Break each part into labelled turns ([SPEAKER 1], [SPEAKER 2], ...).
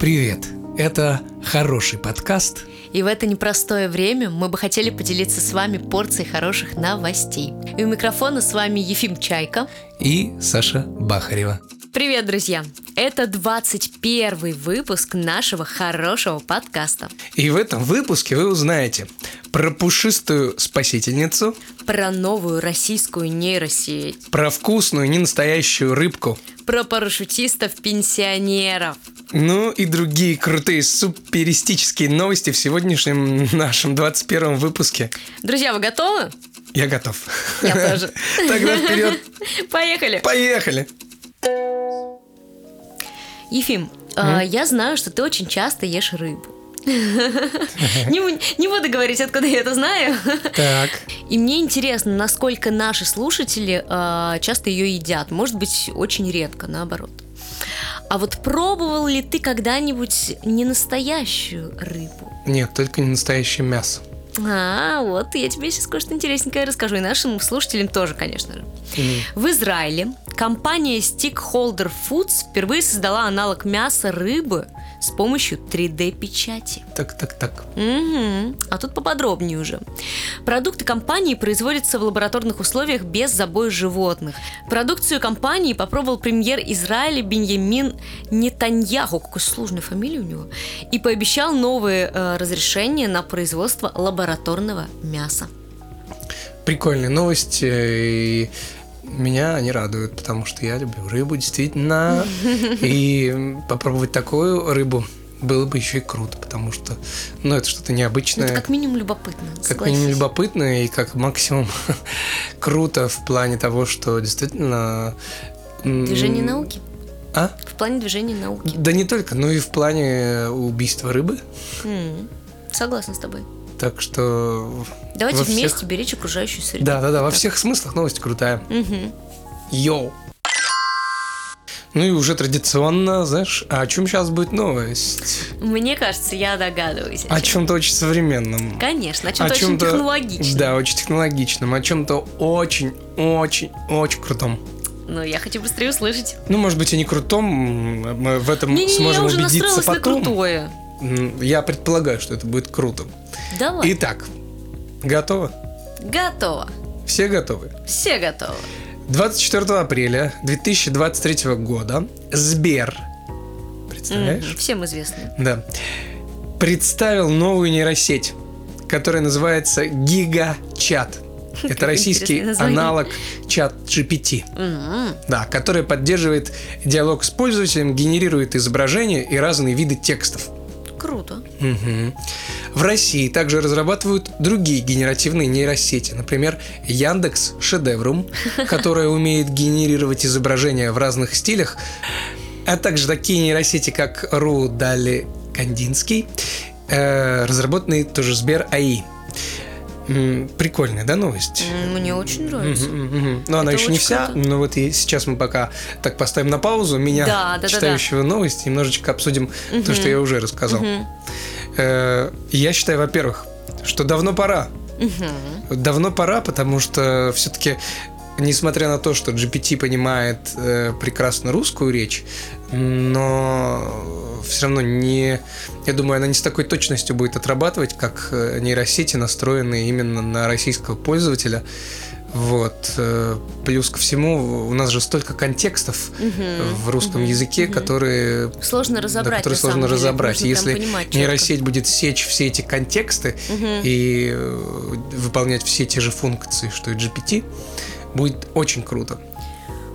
[SPEAKER 1] Привет! Это хороший подкаст.
[SPEAKER 2] И в это непростое время мы бы хотели поделиться с вами порцией хороших новостей. И у микрофона с вами Ефим Чайка.
[SPEAKER 1] И Саша Бахарева.
[SPEAKER 2] Привет, друзья! Это 21 выпуск нашего хорошего подкаста.
[SPEAKER 1] И в этом выпуске вы узнаете про пушистую спасительницу,
[SPEAKER 2] Про новую российскую нейросеть,
[SPEAKER 1] про вкусную ненастоящую рыбку,
[SPEAKER 2] про парашютистов-пенсионеров,
[SPEAKER 1] ну и другие крутые суперистические новости в сегодняшнем нашем 21 выпуске.
[SPEAKER 2] Друзья, вы готовы?
[SPEAKER 1] Я готов.
[SPEAKER 2] Я тоже.
[SPEAKER 1] Тогда вперед.
[SPEAKER 2] Поехали!
[SPEAKER 1] Поехали.
[SPEAKER 2] Ефим, а, я знаю, что ты очень часто ешь рыбу. Не бу- не буду говорить, откуда я это знаю.
[SPEAKER 1] Так.
[SPEAKER 2] И мне интересно, насколько наши слушатели а, часто ее едят. Может быть, очень редко, наоборот. А вот пробовал ли ты когда-нибудь ненастоящую рыбу?
[SPEAKER 1] Нет, только не настоящее мясо.
[SPEAKER 2] А, вот я тебе сейчас кое-что интересненькое расскажу. И нашим слушателям тоже, конечно же.
[SPEAKER 1] Мгм.
[SPEAKER 2] В Израиле компания Stickholder Foods впервые создала аналог мяса рыбы с помощью 3D-печати.
[SPEAKER 1] Так, так, так.
[SPEAKER 2] Мгм. А тут поподробнее уже. Продукты компании производятся в лабораторных условиях без забоя животных. Продукцию компании попробовал премьер Израиля Беньямин Нетаньяху, какой сложная фамилия у него, и пообещал новые э, разрешения на производство лабораторного мяса.
[SPEAKER 1] Прикольные новости. И меня они радуют, потому что я люблю рыбу, действительно. И попробовать такую рыбу было бы еще и круто, потому что, ну, это что-то
[SPEAKER 2] Ну,
[SPEAKER 1] необычное.
[SPEAKER 2] это как минимум любопытно.
[SPEAKER 1] как минимум
[SPEAKER 2] согласись.
[SPEAKER 1] любопытно и как максимум круто в плане того, что действительно... м,
[SPEAKER 2] Движение науки.
[SPEAKER 1] А?
[SPEAKER 2] В плане движения науки.
[SPEAKER 1] Да не только, но и в плане убийства рыбы.
[SPEAKER 2] М, Согласна с тобой.
[SPEAKER 1] Так что...
[SPEAKER 2] Давайте
[SPEAKER 1] Во всех-
[SPEAKER 2] вместе беречь окружающую среду.
[SPEAKER 1] Да-да-да, во
[SPEAKER 2] Так.
[SPEAKER 1] всех смыслах новость крутая.
[SPEAKER 2] Мгм.
[SPEAKER 1] Йоу! Ну и уже традиционно, знаешь, а о чем сейчас будет новость?
[SPEAKER 2] Мне кажется, я догадываюсь.
[SPEAKER 1] О чем-то очень современном.
[SPEAKER 2] Конечно, о чем-то
[SPEAKER 1] О
[SPEAKER 2] очень
[SPEAKER 1] чём-то-
[SPEAKER 2] технологичном.
[SPEAKER 1] Да, очень технологичном. О чем-то очень-очень-очень крутом.
[SPEAKER 2] Но я хочу быстрее услышать.
[SPEAKER 1] Ну, может быть, и не крутом, м, мы в этом
[SPEAKER 2] Не-не-не, я
[SPEAKER 1] сможем
[SPEAKER 2] уже
[SPEAKER 1] убедиться
[SPEAKER 2] настроилась на
[SPEAKER 1] потом.
[SPEAKER 2] крутое.
[SPEAKER 1] М, Я предполагаю, что это будет круто.
[SPEAKER 2] Давай,
[SPEAKER 1] Итак, готово?
[SPEAKER 2] готово.
[SPEAKER 1] Все готовы?
[SPEAKER 2] Все готовы.
[SPEAKER 1] 24 апреля 2023 года Сбер,
[SPEAKER 2] М,
[SPEAKER 1] представляешь?
[SPEAKER 2] Всем известно.
[SPEAKER 1] Да. Представил новую нейросеть, которая называется Гигачат. Это
[SPEAKER 2] Какое
[SPEAKER 1] российский
[SPEAKER 2] Хм, интересное название.
[SPEAKER 1] аналог чат GPT,
[SPEAKER 2] М,
[SPEAKER 1] да, который поддерживает диалог с пользователем, генерирует изображения и разные виды текстов.
[SPEAKER 2] Круто.
[SPEAKER 1] Мгм. В России также разрабатывают другие генеративные нейросети, например, Яндекс Шедеврум, которая умеет генерировать изображения в разных стилях, а также такие нейросети, как Ру Дали Кандинский, э, разработанные тоже Сбер АИ. М, Прикольная, да, новость?
[SPEAKER 2] М, Мне очень нравится.
[SPEAKER 1] Мгм, мгм. Но она
[SPEAKER 2] Это
[SPEAKER 1] еще не
[SPEAKER 2] очень
[SPEAKER 1] вся,
[SPEAKER 2] круто.
[SPEAKER 1] но вот и сейчас мы пока так поставим на паузу меня,
[SPEAKER 2] Да, да, да, да.
[SPEAKER 1] читающего новости, немножечко обсудим то, что я уже рассказал.
[SPEAKER 2] Мгм.
[SPEAKER 1] Э, Я считаю, во-первых, что давно пора.
[SPEAKER 2] Мгм.
[SPEAKER 1] Давно пора, потому что все-таки, несмотря на то, что GPT понимает э, прекрасно русскую речь, но все равно не... Я думаю, она не с такой точностью будет отрабатывать, как э, нейросети, настроенные именно на российского пользователя. Вот. э, Плюс ко всему, у нас же столько контекстов
[SPEAKER 2] Мгм.
[SPEAKER 1] в русском языке, которые
[SPEAKER 2] Сложно разобрать.
[SPEAKER 1] которые
[SPEAKER 2] на самом
[SPEAKER 1] сложно
[SPEAKER 2] деле.
[SPEAKER 1] разобрать.
[SPEAKER 2] Нужно прям
[SPEAKER 1] Если
[SPEAKER 2] понимать чётко.
[SPEAKER 1] нейросеть будет сечь все эти контексты
[SPEAKER 2] Мгм.
[SPEAKER 1] и э, выполнять все те же функции, что и GPT, будет очень круто.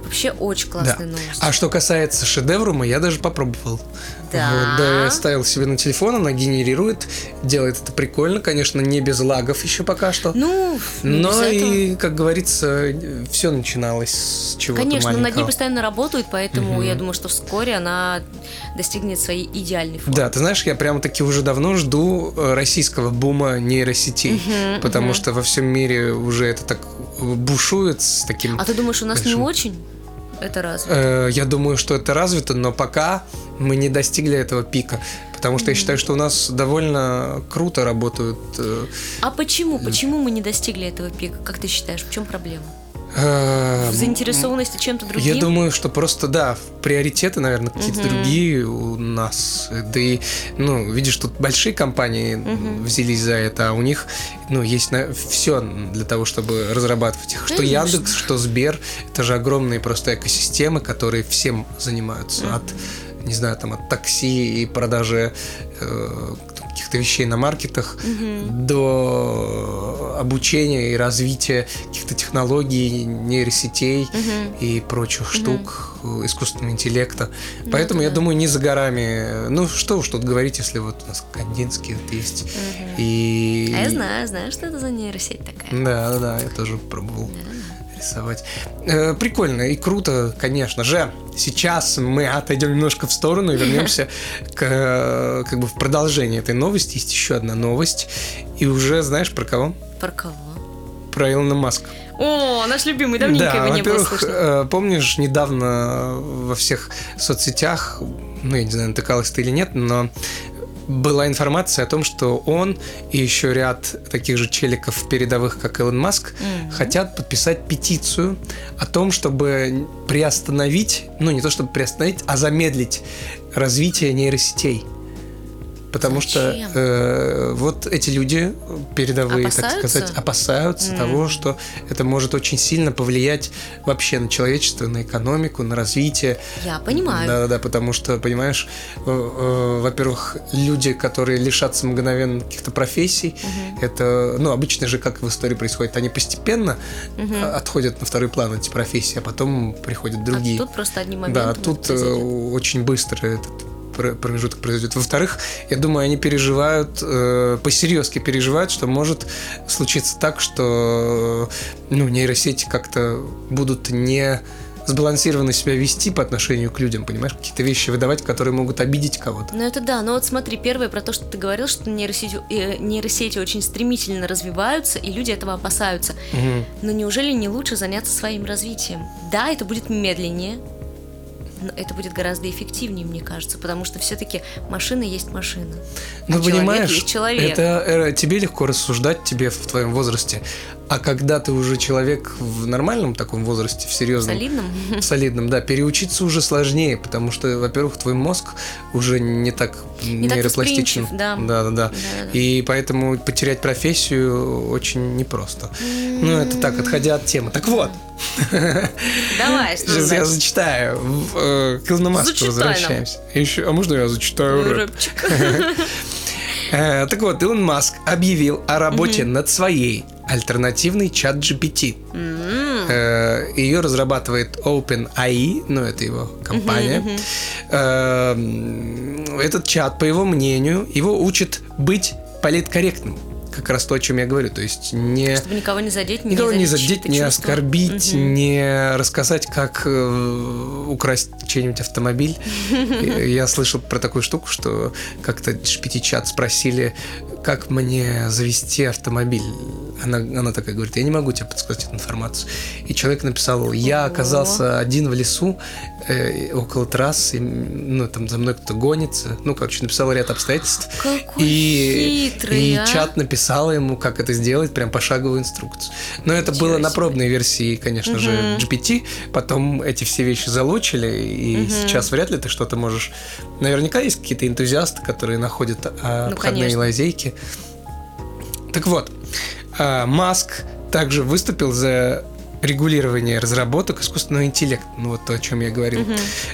[SPEAKER 2] Вообще очень
[SPEAKER 1] Да.
[SPEAKER 2] классная новость.
[SPEAKER 1] А что касается шедеврума, я даже попробовал.
[SPEAKER 2] Да.
[SPEAKER 1] Вот, да, я ставил себе на телефон, она генерирует, делает это прикольно, конечно, не без лагов еще пока что.
[SPEAKER 2] Ну, не без
[SPEAKER 1] Но
[SPEAKER 2] этого.
[SPEAKER 1] и, как говорится, все начиналось с чего-то
[SPEAKER 2] Конечно, над ней
[SPEAKER 1] маленького.
[SPEAKER 2] постоянно работают, поэтому
[SPEAKER 1] Мгм.
[SPEAKER 2] я думаю, что вскоре она достигнет своей идеальной формы.
[SPEAKER 1] Да, ты знаешь, я прямо таки уже давно жду э, российского бума нейросетей,
[SPEAKER 2] Мгм,
[SPEAKER 1] потому
[SPEAKER 2] мгм.
[SPEAKER 1] что во всем мире уже это так э, бушует с таким.
[SPEAKER 2] А ты думаешь, у нас не
[SPEAKER 1] Большим.
[SPEAKER 2] очень? Это раз.
[SPEAKER 1] Э, Я думаю, что это развито, но пока мы не достигли этого пика, потому что я считаю, что у нас довольно круто работают. э,
[SPEAKER 2] А почему? Почему мы не достигли этого пика? Как ты считаешь, в чем проблема?
[SPEAKER 1] Э,
[SPEAKER 2] В заинтересованности чем-то другим?
[SPEAKER 1] Я думаю, что просто, да, в- приоритеты, наверное, какие-то
[SPEAKER 2] Мгм.
[SPEAKER 1] другие у нас. Да и, ну, видишь, тут большие компании
[SPEAKER 2] Мгм.
[SPEAKER 1] взялись за это, а у них, ну, есть все для того, чтобы разрабатывать их. Что
[SPEAKER 2] Конечно.
[SPEAKER 1] Яндекс, что Сбер, это же огромные просто экосистемы, которые всем занимаются.
[SPEAKER 2] Мгм.
[SPEAKER 1] От, не знаю, там, от такси и продажи э, каких-то вещей на маркетах
[SPEAKER 2] Мгм.
[SPEAKER 1] до обучения и развития каких-то технологий, нейросетей
[SPEAKER 2] Мгм.
[SPEAKER 1] и прочих штук э, искусственного интеллекта.
[SPEAKER 2] Ну,
[SPEAKER 1] Поэтому, я
[SPEAKER 2] это да.
[SPEAKER 1] думаю, не за горами. э, Ну, что уж тут говорить, если вот у нас Кандинский вот есть.
[SPEAKER 2] Мгм.
[SPEAKER 1] И...
[SPEAKER 2] А я знаю, знаю, что это за нейросеть такая.
[SPEAKER 1] Да, да, да, я тоже пробовал
[SPEAKER 2] Да.
[SPEAKER 1] рисовать. Э, прикольно и круто, конечно же. Сейчас мы отойдем немножко в сторону и вернемся к, э, как бы в продолжение этой новости. Есть еще одна новость. И уже знаешь про кого?
[SPEAKER 2] Про кого?
[SPEAKER 1] Про Илона Маска.
[SPEAKER 2] О, наш любимый, давненько
[SPEAKER 1] да,
[SPEAKER 2] его не было
[SPEAKER 1] во-первых,
[SPEAKER 2] слышно.
[SPEAKER 1] э, помнишь, недавно во всех соцсетях, ну, я не знаю, натыкалась ты или нет, но была информация о том, что он и еще ряд таких же челиков передовых, как Илон Маск,
[SPEAKER 2] Мгм.
[SPEAKER 1] хотят подписать петицию о том, чтобы приостановить, ну, не то чтобы приостановить, а замедлить развитие нейросетей. Потому
[SPEAKER 2] Зачем?
[SPEAKER 1] что э, вот эти люди передовые,
[SPEAKER 2] Опасаются?
[SPEAKER 1] так сказать, опасаются
[SPEAKER 2] Мгм.
[SPEAKER 1] того, что это может очень сильно повлиять вообще на человечество, на экономику, на развитие.
[SPEAKER 2] Я понимаю. А
[SPEAKER 1] Да-да-да, потому что, понимаешь, э, э, во-первых, люди, которые лишатся мгновенно каких-то профессий,
[SPEAKER 2] Мгм.
[SPEAKER 1] это, ну, обычно же, как в истории происходит, они постепенно
[SPEAKER 2] Мгм.
[SPEAKER 1] э, отходят на второй план эти профессии, а потом приходят другие.
[SPEAKER 2] А тут просто одни моменты.
[SPEAKER 1] Да,
[SPEAKER 2] могут
[SPEAKER 1] тут э,
[SPEAKER 2] произойти.
[SPEAKER 1] очень быстро этот пр- промежуток произойдет. Во-вторых, я думаю, они переживают, э, посерьезки переживают, что может случиться так, что э, ну, нейросети как-то будут не сбалансированно себя вести по отношению к людям, понимаешь, какие-то вещи выдавать, которые могут обидеть кого-то.
[SPEAKER 2] Ну это да, но вот смотри, первое про то, что ты говорил, что нейросети, э, нейросети очень стремительно развиваются, и люди этого опасаются.
[SPEAKER 1] Мгм.
[SPEAKER 2] Но неужели не лучше заняться своим развитием? Да, это будет медленнее, но это будет гораздо эффективнее, мне кажется, потому что все-таки машина есть машина.
[SPEAKER 1] Ну,
[SPEAKER 2] а человек
[SPEAKER 1] понимаешь,
[SPEAKER 2] есть человек.
[SPEAKER 1] это э, тебе легко рассуждать, тебе в твоем возрасте. А когда ты уже человек в нормальном таком возрасте, в
[SPEAKER 2] В
[SPEAKER 1] серьезном,
[SPEAKER 2] солидном?
[SPEAKER 1] солидном, да, переучиться уже сложнее, потому что, во-первых, твой мозг уже не так
[SPEAKER 2] Не так
[SPEAKER 1] нейропластичен.
[SPEAKER 2] восприимчив, да.
[SPEAKER 1] да, да, да.
[SPEAKER 2] Да-да-да.
[SPEAKER 1] И поэтому потерять профессию очень непросто. Ну, это так, отходя от темы. Так вот,
[SPEAKER 2] Давай, что
[SPEAKER 1] сейчас я
[SPEAKER 2] Ну, значит?
[SPEAKER 1] зачитаю. В, э, К Илону Маску
[SPEAKER 2] Зачитай нам. Ну,
[SPEAKER 1] возвращаемся. Еще- а можно я зачитаю? рэп?
[SPEAKER 2] Рэпчик.
[SPEAKER 1] Э, Так вот, Илон Маск объявил о работе над своей альтернативной чат GPT.
[SPEAKER 2] М,
[SPEAKER 1] Э, Ее разрабатывает OpenAI, ну это его компания. Эм, Этот чат, по его мнению, его учит быть политкорректным. Как раз то, о чем я говорю. То есть не...
[SPEAKER 2] Чтобы никого не задеть, не
[SPEAKER 1] Никого не задеть,
[SPEAKER 2] ты
[SPEAKER 1] не
[SPEAKER 2] чувства.
[SPEAKER 1] оскорбить,
[SPEAKER 2] Мгм.
[SPEAKER 1] не рассказать, как э, украсть чей-нибудь автомобиль. Э, Я слышал про такую штуку, что как-то шпитичат спросили, как мне завести автомобиль. Она, она такая говорит, я не могу тебе подсказать эту информацию. И человек написал, я
[SPEAKER 2] Ого.
[SPEAKER 1] оказался один в лесу, э, около трассы, м, ну, там за мной кто-то гонится. Ну, короче, написал ряд обстоятельств.
[SPEAKER 2] Какой
[SPEAKER 1] И,
[SPEAKER 2] хитрый,
[SPEAKER 1] и
[SPEAKER 2] а?
[SPEAKER 1] чат написал ему, как это сделать, прям пошаговую инструкцию. Но это
[SPEAKER 2] Ничего
[SPEAKER 1] было на
[SPEAKER 2] себе.
[SPEAKER 1] пробной версии, конечно же,
[SPEAKER 2] Мгм.
[SPEAKER 1] GPT. Потом эти все вещи залучили, и
[SPEAKER 2] Мгм.
[SPEAKER 1] сейчас вряд ли ты что-то можешь. Наверняка есть какие-то энтузиасты, которые находят а,
[SPEAKER 2] Ну,
[SPEAKER 1] обходные
[SPEAKER 2] конечно.
[SPEAKER 1] лазейки. Так вот, а, Маск также выступил за регулирование разработок искусственного интеллекта, ну вот то, о чем я говорил,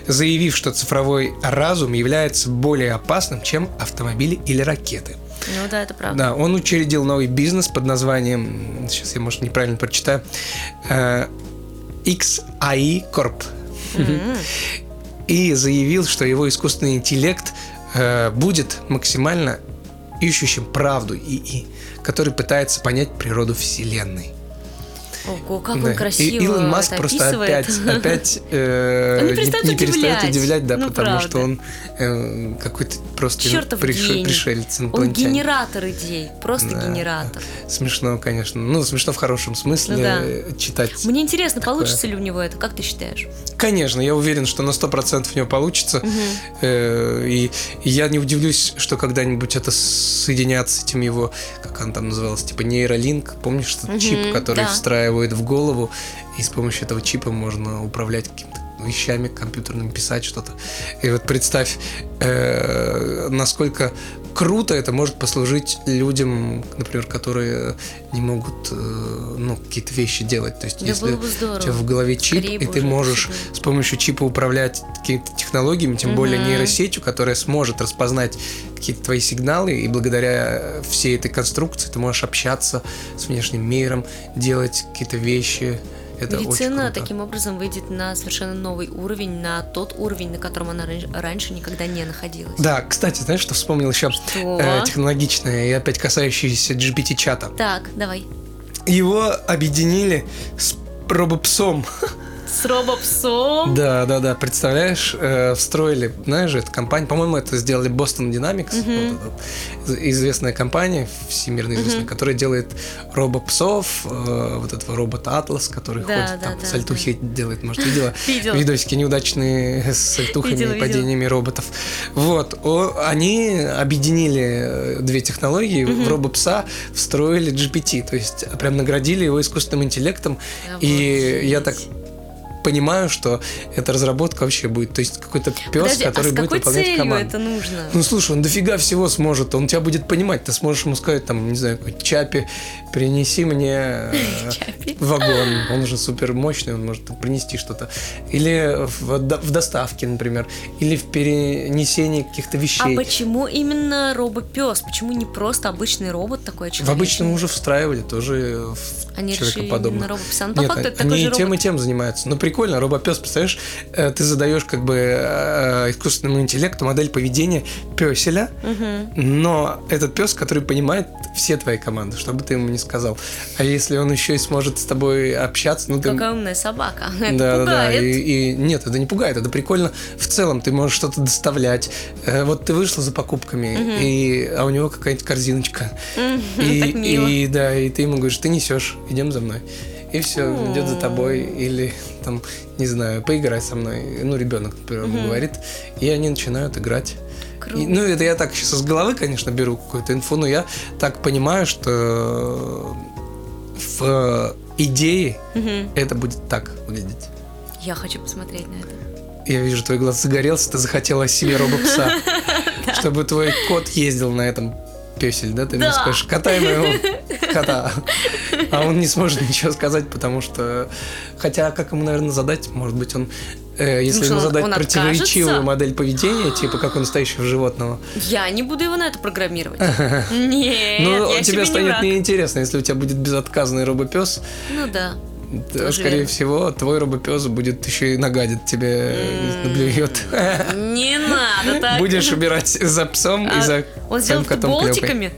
[SPEAKER 1] заявив, что цифровой разум является более опасным, чем автомобили или ракеты.
[SPEAKER 2] Ну да, это правда.
[SPEAKER 1] Да, он учредил новый бизнес под названием, сейчас я, может, неправильно прочитаю, э, XAI Corp.
[SPEAKER 2] М.
[SPEAKER 1] И заявил, что его искусственный интеллект э, будет максимально ищущим правду ИИ, который пытается понять природу Вселенной.
[SPEAKER 2] Ого, как
[SPEAKER 1] Да.
[SPEAKER 2] он
[SPEAKER 1] И
[SPEAKER 2] красиво
[SPEAKER 1] Илон Маск
[SPEAKER 2] это
[SPEAKER 1] просто
[SPEAKER 2] описывает.
[SPEAKER 1] опять, опять э,
[SPEAKER 2] Он не перестает удивлять.
[SPEAKER 1] удивлять, да,
[SPEAKER 2] Ну,
[SPEAKER 1] потому
[SPEAKER 2] правда.
[SPEAKER 1] что он э, какой-то просто
[SPEAKER 2] Чёртов
[SPEAKER 1] приш-
[SPEAKER 2] гений.
[SPEAKER 1] пришелец
[SPEAKER 2] Он
[SPEAKER 1] инопланетянин.
[SPEAKER 2] генератор идей, просто
[SPEAKER 1] Да.
[SPEAKER 2] генератор.
[SPEAKER 1] Смешно, конечно. Ну, смешно в хорошем смысле
[SPEAKER 2] Ну да.
[SPEAKER 1] э, читать.
[SPEAKER 2] Мне интересно, получится ли у него это, как ты считаешь?
[SPEAKER 1] Конечно, я уверен, что на 100% у него получится. Э, И и я не удивлюсь, что когда-нибудь это соединят с этим его, как он там называлось, типа нейролинк, помнишь, что
[SPEAKER 2] Мгм,
[SPEAKER 1] чип, который
[SPEAKER 2] да.
[SPEAKER 1] встраивают в голову, и с помощью этого чипа можно управлять каким-то вещами компьютерным писать что-то. И вот представь, э, насколько круто это может послужить людям, например, которые не могут э, ну, какие-то вещи делать. То есть,
[SPEAKER 2] Да
[SPEAKER 1] если
[SPEAKER 2] было бы здорово.
[SPEAKER 1] у тебя в голове чип,
[SPEAKER 2] Скорее
[SPEAKER 1] и
[SPEAKER 2] бы
[SPEAKER 1] ты
[SPEAKER 2] уже
[SPEAKER 1] можешь
[SPEAKER 2] всё было.
[SPEAKER 1] с помощью чипа управлять какими-то технологиями, тем более
[SPEAKER 2] Мгм.
[SPEAKER 1] нейросетью, которая сможет распознать какие-то твои сигналы, и благодаря всей этой конструкции ты можешь общаться с внешним миром, делать какие-то вещи. Это
[SPEAKER 2] Медицина
[SPEAKER 1] очень круто.
[SPEAKER 2] таким образом выйдет на совершенно новый уровень, на тот уровень, на котором она ран- раньше никогда не находилась.
[SPEAKER 1] Да, кстати, знаешь, что вспомнил еще?
[SPEAKER 2] Что?
[SPEAKER 1] Э, технологичное и опять касающееся GPT-чата.
[SPEAKER 2] Так, давай.
[SPEAKER 1] Его объединили с робопсом.
[SPEAKER 2] С робопсом.
[SPEAKER 1] Да, да, да, представляешь, э, встроили, знаешь же, эта компания, по-моему, это сделали Boston Dynamics, вот
[SPEAKER 2] Мгм.
[SPEAKER 1] эта вот известная компания, всемирно известная,
[SPEAKER 2] Мгм.
[SPEAKER 1] которая делает робопсов, э, вот этого робота Атлас, который
[SPEAKER 2] Да,
[SPEAKER 1] ходит
[SPEAKER 2] да,
[SPEAKER 1] там,
[SPEAKER 2] да,
[SPEAKER 1] сальтухи делает, может, видела?
[SPEAKER 2] Видела.
[SPEAKER 1] видосики неудачные с сальтухами
[SPEAKER 2] Видела,
[SPEAKER 1] и
[SPEAKER 2] видела.
[SPEAKER 1] падениями роботов. Вот, О, они объединили э, две технологии, в робопса встроили GPT, то есть прям наградили его искусственным интеллектом,
[SPEAKER 2] А
[SPEAKER 1] и я так понимаю, что эта разработка вообще будет, то есть какой-то пес,
[SPEAKER 2] Подожди, а
[SPEAKER 1] который
[SPEAKER 2] с
[SPEAKER 1] будет
[SPEAKER 2] какой
[SPEAKER 1] выполнять
[SPEAKER 2] целью
[SPEAKER 1] команду.
[SPEAKER 2] это нужно? А
[SPEAKER 1] Ну слушай, он дофига всего сможет, он тебя будет понимать, ты сможешь ему сказать, там, не знаю, какой, Чапи, принеси мне э,
[SPEAKER 2] Чапи.
[SPEAKER 1] вагон, он же супер мощный, он может принести что-то. Или в, до- в доставке, например, или в перенесении каких-то
[SPEAKER 2] А
[SPEAKER 1] вещей.
[SPEAKER 2] почему именно робопес? Почему не просто обычный робот такой человек?
[SPEAKER 1] в обычном уже встраивали тоже э, в
[SPEAKER 2] Они решили именно
[SPEAKER 1] человекоподобных.
[SPEAKER 2] робопса. Ну, по
[SPEAKER 1] Нет,
[SPEAKER 2] факту это такой
[SPEAKER 1] они
[SPEAKER 2] же
[SPEAKER 1] и
[SPEAKER 2] робот.
[SPEAKER 1] тем и тем занимаются. Ну, прикольно, робопес, представляешь, э, ты задаешь как бы э, искусственному интеллекту модель поведения песеля,
[SPEAKER 2] Мгм.
[SPEAKER 1] но этот пес, который понимает все твои команды, что бы ты ему ни сказал. А если он еще и сможет с тобой общаться, ну ты...
[SPEAKER 2] Какая умная собака. Это
[SPEAKER 1] Да, да, да.
[SPEAKER 2] пугает.
[SPEAKER 1] И, и нет, это не пугает, это прикольно. В целом, ты можешь что-то доставлять. Э, Вот ты вышла за покупками, и, а у него какая-нибудь корзиночка.
[SPEAKER 2] Мгм,
[SPEAKER 1] И,
[SPEAKER 2] Так мило.
[SPEAKER 1] и да, и ты ему говоришь, ты несешь, идем за мной. И все,
[SPEAKER 2] М.
[SPEAKER 1] идет за тобой, или там, не знаю, поиграй со мной. Ну, ребенок, например, ему
[SPEAKER 2] Мгм.
[SPEAKER 1] говорит. И они начинают играть.
[SPEAKER 2] Круто.
[SPEAKER 1] И, ну, это я так сейчас из головы, конечно, беру какую-то инфу, но я так понимаю, что в э, идее
[SPEAKER 2] Мгм.
[SPEAKER 1] это будет так выглядеть.
[SPEAKER 2] Я хочу посмотреть на это.
[SPEAKER 1] Я вижу, твой глаз загорелся, ты захотела себе робопса. Чтобы твой кот ездил на этом песель, да? Ты мне
[SPEAKER 2] Да.
[SPEAKER 1] скажешь, котай моего кота. А он не сможет ничего сказать, потому что... Хотя, как ему, наверное, задать? Может быть, он... э, если
[SPEAKER 2] Ну что,
[SPEAKER 1] ему
[SPEAKER 2] он-
[SPEAKER 1] задать
[SPEAKER 2] он откажется?
[SPEAKER 1] противоречивую модель поведения, типа как у настоящего животного,
[SPEAKER 2] Я не буду его на это программировать. Нет,
[SPEAKER 1] ну,
[SPEAKER 2] я
[SPEAKER 1] он тебе
[SPEAKER 2] себе не
[SPEAKER 1] станет
[SPEAKER 2] враг.
[SPEAKER 1] неинтересно, если у тебя будет безотказный робопес.
[SPEAKER 2] Ну да.
[SPEAKER 1] да,
[SPEAKER 2] Тоже
[SPEAKER 1] Скорее
[SPEAKER 2] верно.
[SPEAKER 1] всего, твой робопес будет еще и нагадит тебе,
[SPEAKER 2] М.
[SPEAKER 1] наблюет.
[SPEAKER 2] Не надо так.
[SPEAKER 1] Будешь убирать за псом и
[SPEAKER 2] А
[SPEAKER 1] за
[SPEAKER 2] Он
[SPEAKER 1] своим
[SPEAKER 2] сделал
[SPEAKER 1] котом клёпой.
[SPEAKER 2] болтиками?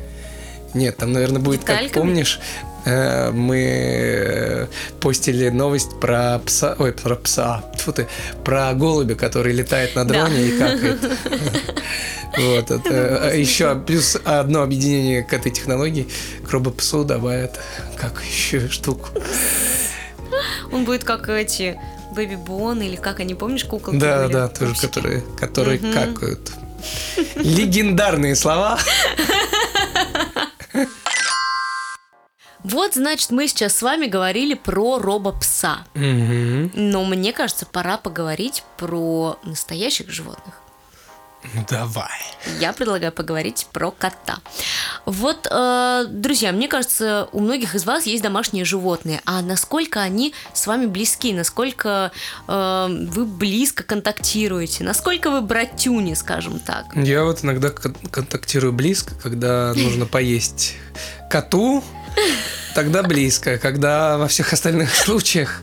[SPEAKER 1] Нет, там, наверное, будет, как
[SPEAKER 2] Детальками?
[SPEAKER 1] помнишь, э, мы э, постили новость про пса, ой, про пса, тьфу ты, про голубя, который летает на дроне и какает. Вот, это еще плюс одно объединение к этой технологии к робопсу добавят как еще штуку.
[SPEAKER 2] Он будет как эти Бэби Бон или как они, помнишь, куколки?
[SPEAKER 1] Да,
[SPEAKER 2] были?
[SPEAKER 1] да, тоже
[SPEAKER 2] Пупсики.
[SPEAKER 1] которые, которые
[SPEAKER 2] Ну, Мгм.
[SPEAKER 1] какают. Легендарные слова.
[SPEAKER 2] Вот, значит, мы сейчас с вами говорили про робопса.
[SPEAKER 1] Мгм.
[SPEAKER 2] Но мне кажется, пора поговорить про настоящих животных.
[SPEAKER 1] Ну давай.
[SPEAKER 2] Я предлагаю поговорить про кота. Вот, э, друзья, мне кажется, у многих из вас есть домашние животные. А насколько они с вами близки? Насколько э, вы близко контактируете? Насколько вы братюни, скажем так?
[SPEAKER 1] Я вот иногда кон- контактирую близко, когда нужно поесть коту, тогда близко. Когда во всех остальных случаях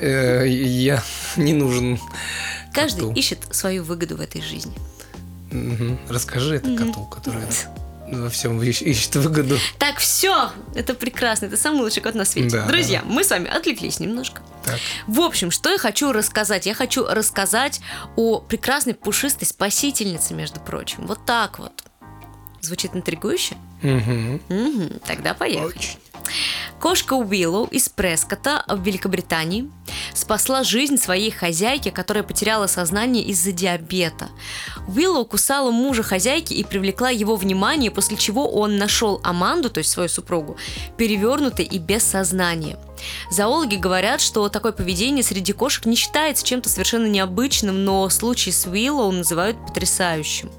[SPEAKER 1] э, я не нужен.
[SPEAKER 2] Каждый
[SPEAKER 1] Коту.
[SPEAKER 2] ищет свою выгоду в этой жизни.
[SPEAKER 1] Мгм. Расскажи это коту, который во всем ищ- ищет выгоду.
[SPEAKER 2] Так, все! Это прекрасно, это самый лучший кот на свете.
[SPEAKER 1] Да,
[SPEAKER 2] Друзья, мы с вами отвлеклись немножко.
[SPEAKER 1] Так.
[SPEAKER 2] В общем, что я хочу рассказать? Я хочу рассказать о прекрасной пушистой спасительнице, между прочим. Вот так вот. Звучит интригующе?
[SPEAKER 1] Мгм.
[SPEAKER 2] Мгм, тогда поехали.
[SPEAKER 1] Очень.
[SPEAKER 2] Кошка Уиллоу из Прескота в Великобритании спасла жизнь своей хозяйки, которая потеряла сознание из-за диабета. Уиллоу кусала мужа хозяйки и привлекла его внимание, после чего он нашел Аманду, то есть свою супругу, перевернутой и без сознания. Зоологи говорят, что такое поведение среди кошек не считается чем-то совершенно необычным, но случай с Уиллоу называют потрясающим.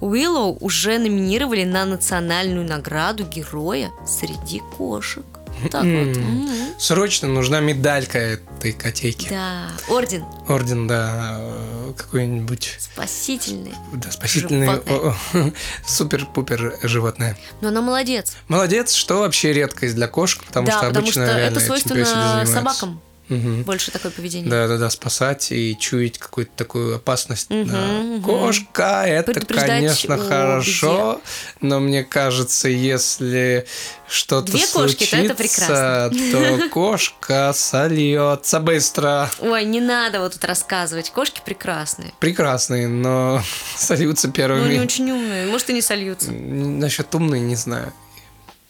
[SPEAKER 2] Уиллоу уже номинировали на национальную награду героя среди кошек. Так вот.
[SPEAKER 1] М.
[SPEAKER 2] М.
[SPEAKER 1] Срочно нужна медалька этой котейки.
[SPEAKER 2] Да, орден
[SPEAKER 1] Орден, да, э, какой-нибудь
[SPEAKER 2] спасительный.
[SPEAKER 1] да, спасительный
[SPEAKER 2] Животное.
[SPEAKER 1] о, о, супер-пупер животное.
[SPEAKER 2] Но она молодец.
[SPEAKER 1] Молодец, что вообще редкость для кошек, потому
[SPEAKER 2] да,
[SPEAKER 1] что
[SPEAKER 2] потому
[SPEAKER 1] обычно
[SPEAKER 2] что
[SPEAKER 1] реально
[SPEAKER 2] это
[SPEAKER 1] этим люди
[SPEAKER 2] свойственно
[SPEAKER 1] занимаются.
[SPEAKER 2] собакам
[SPEAKER 1] Мгм.
[SPEAKER 2] больше такое поведение.
[SPEAKER 1] Да, да, да, спасать и чуять какую-то такую опасность.
[SPEAKER 2] Мгм,
[SPEAKER 1] Да.
[SPEAKER 2] мгм.
[SPEAKER 1] Кошка, это,
[SPEAKER 2] Предупреждать
[SPEAKER 1] конечно,
[SPEAKER 2] о
[SPEAKER 1] хорошо, но мне кажется, если что-то
[SPEAKER 2] Две кошки, то это
[SPEAKER 1] случится, то кошка сольется быстро.
[SPEAKER 2] Ой, не надо вот тут рассказывать. Кошки прекрасные.
[SPEAKER 1] Прекрасные, но сольются
[SPEAKER 2] Ну, они
[SPEAKER 1] первыми.
[SPEAKER 2] очень умные. Может, и не сольются.
[SPEAKER 1] Насчет умные не знаю.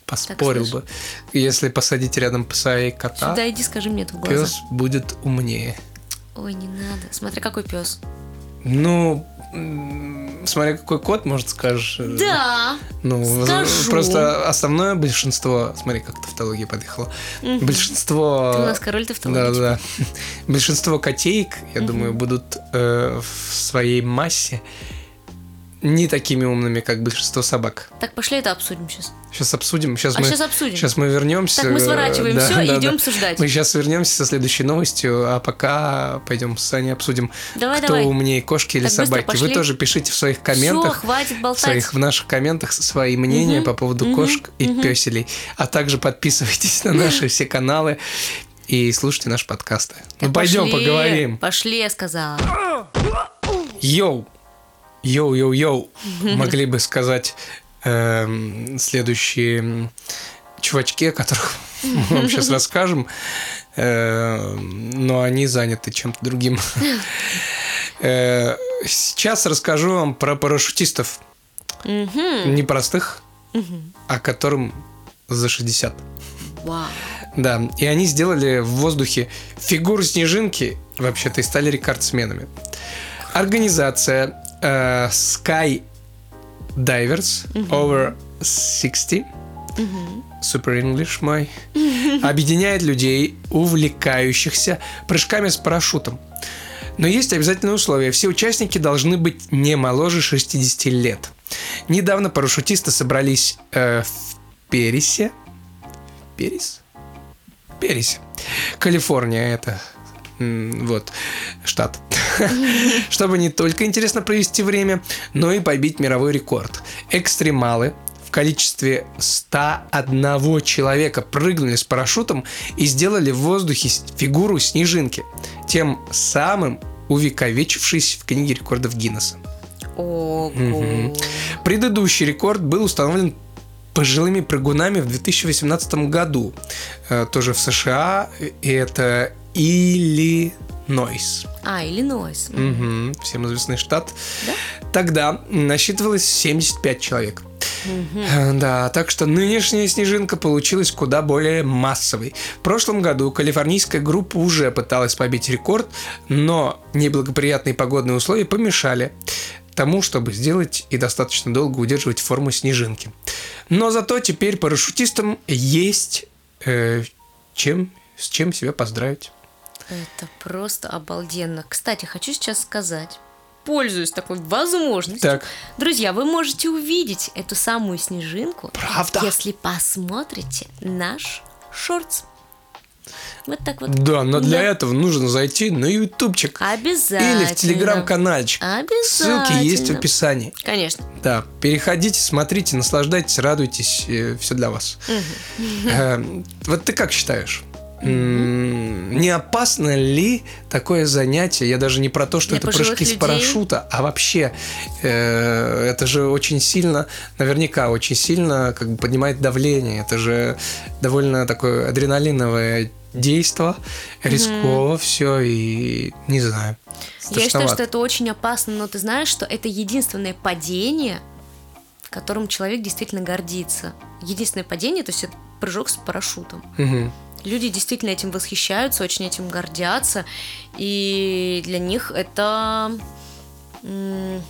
[SPEAKER 1] Поспорил
[SPEAKER 2] слышь.
[SPEAKER 1] бы. Если посадить рядом пса и кота,
[SPEAKER 2] Сюда иди, скажи мне это в глаза.
[SPEAKER 1] А? пес будет умнее.
[SPEAKER 2] Ой, не надо. Смотри, какой пес.
[SPEAKER 1] Ну, м, смотря какой кот, может, скажешь. э,
[SPEAKER 2] Да.
[SPEAKER 1] Ну, в-
[SPEAKER 2] Скажу.
[SPEAKER 1] просто основное большинство, смотри, как тавтология подъехала.
[SPEAKER 2] Мгм.
[SPEAKER 1] Большинство...
[SPEAKER 2] Ты у нас король
[SPEAKER 1] а, да,
[SPEAKER 2] тавтологии.
[SPEAKER 1] да. Большинство котеек, я
[SPEAKER 2] Мгм.
[SPEAKER 1] думаю, будут э, в своей массе не такими умными, как большинство собак.
[SPEAKER 2] Так, пошли это обсудим сейчас.
[SPEAKER 1] Сейчас обсудим. Сейчас
[SPEAKER 2] А
[SPEAKER 1] мы
[SPEAKER 2] сейчас обсудим.
[SPEAKER 1] сейчас мы вернемся.
[SPEAKER 2] Так, мы сворачиваем
[SPEAKER 1] э, да,
[SPEAKER 2] все
[SPEAKER 1] да,
[SPEAKER 2] и
[SPEAKER 1] да.
[SPEAKER 2] идем обсуждать.
[SPEAKER 1] Мы сейчас вернемся со следующей новостью, а пока пойдем с Саней обсудим,
[SPEAKER 2] Давай,
[SPEAKER 1] кто
[SPEAKER 2] давай.
[SPEAKER 1] умнее, кошки или
[SPEAKER 2] Так, быстро
[SPEAKER 1] собаки. Вы
[SPEAKER 2] пошли.
[SPEAKER 1] тоже пишите в своих комментах.
[SPEAKER 2] Все, хватит болтать.
[SPEAKER 1] своих в наших комментах свои мнения
[SPEAKER 2] Мгм,
[SPEAKER 1] по поводу
[SPEAKER 2] мгм,
[SPEAKER 1] кошек и
[SPEAKER 2] мгм.
[SPEAKER 1] песелей. А также подписывайтесь на наши все каналы и слушайте наши подкасты.
[SPEAKER 2] Так,
[SPEAKER 1] ну пойдем
[SPEAKER 2] пошли.
[SPEAKER 1] поговорим.
[SPEAKER 2] Пошли, я сказала.
[SPEAKER 1] Йоу! Йоу-йоу-йоу! Могли бы сказать эм, следующие м, чувачки, о которых мы вам сейчас расскажем, Эм, но они заняты чем-то другим. Э, Сейчас расскажу вам про парашютистов.
[SPEAKER 2] Мгм.
[SPEAKER 1] Не простых,
[SPEAKER 2] Мгм.
[SPEAKER 1] а которым за 60.
[SPEAKER 2] Вау.
[SPEAKER 1] Да, и они сделали в воздухе фигуру снежинки, вообще-то, и стали рекордсменами. Организация э, Sky Divers Over 60, Super English мой, объединяет людей, увлекающихся прыжками с парашютом. Но есть обязательное условие. Все участники должны быть не моложе 60 лет. Недавно парашютисты собрались э, в Пересе. Перес? Пересе. Калифорния это. м, Вот, штат. Чтобы не только интересно провести время, но и побить мировой рекорд. Экстремалы в количестве 101 человека прыгнули с парашютом и сделали в воздухе с- фигуру снежинки, тем самым увековечившись в книге рекордов Гиннесса.
[SPEAKER 2] Ого.
[SPEAKER 1] Мгм. Предыдущий рекорд был установлен пожилыми прыгунами в 2018 году, э, тоже в США, и это Иллинойс.
[SPEAKER 2] А, Иллинойс.
[SPEAKER 1] Мгм, Всем известный штат.
[SPEAKER 2] Да?
[SPEAKER 1] Тогда насчитывалось 75 человек.
[SPEAKER 2] Мгм.
[SPEAKER 1] Э, Да, так что нынешняя снежинка получилась куда более массовой. В прошлом году калифорнийская группа уже пыталась побить рекорд, но неблагоприятные погодные условия помешали тому, чтобы сделать и достаточно долго удерживать форму снежинки. Но зато теперь парашютистам есть э, чем, с чем себя поздравить.
[SPEAKER 2] Это просто обалденно. Кстати, хочу сейчас сказать. Пользуюсь такой возможностью.
[SPEAKER 1] Так,
[SPEAKER 2] Друзья, вы можете увидеть эту самую снежинку,
[SPEAKER 1] правда?
[SPEAKER 2] если посмотрите наш шортс. Вот так вот.
[SPEAKER 1] Да, но для
[SPEAKER 2] Да.
[SPEAKER 1] этого нужно зайти на ютубчик
[SPEAKER 2] Обязательно.
[SPEAKER 1] или в телеграм-канальчик.
[SPEAKER 2] Обязательно.
[SPEAKER 1] Ссылки есть в описании.
[SPEAKER 2] Конечно.
[SPEAKER 1] Да, переходите, смотрите, наслаждайтесь, радуйтесь, все для вас. Эм, Вот ты как считаешь? М, Не опасно ли такое занятие? Я даже не про то, что
[SPEAKER 2] Для
[SPEAKER 1] это
[SPEAKER 2] пожилых
[SPEAKER 1] прыжки с
[SPEAKER 2] людей?
[SPEAKER 1] парашюта, а вообще э, это же очень сильно, наверняка очень сильно как бы поднимает давление. Это же довольно такое адреналиновое действо, рисково все и не знаю.
[SPEAKER 2] Я считаю,
[SPEAKER 1] страшновато.
[SPEAKER 2] что это очень опасно, но ты знаешь, что это единственное падение, которым человек действительно гордится. Единственное падение, то есть это прыжок с парашютом.
[SPEAKER 1] Мгм.
[SPEAKER 2] Люди действительно этим восхищаются, очень этим гордятся, и для них это м,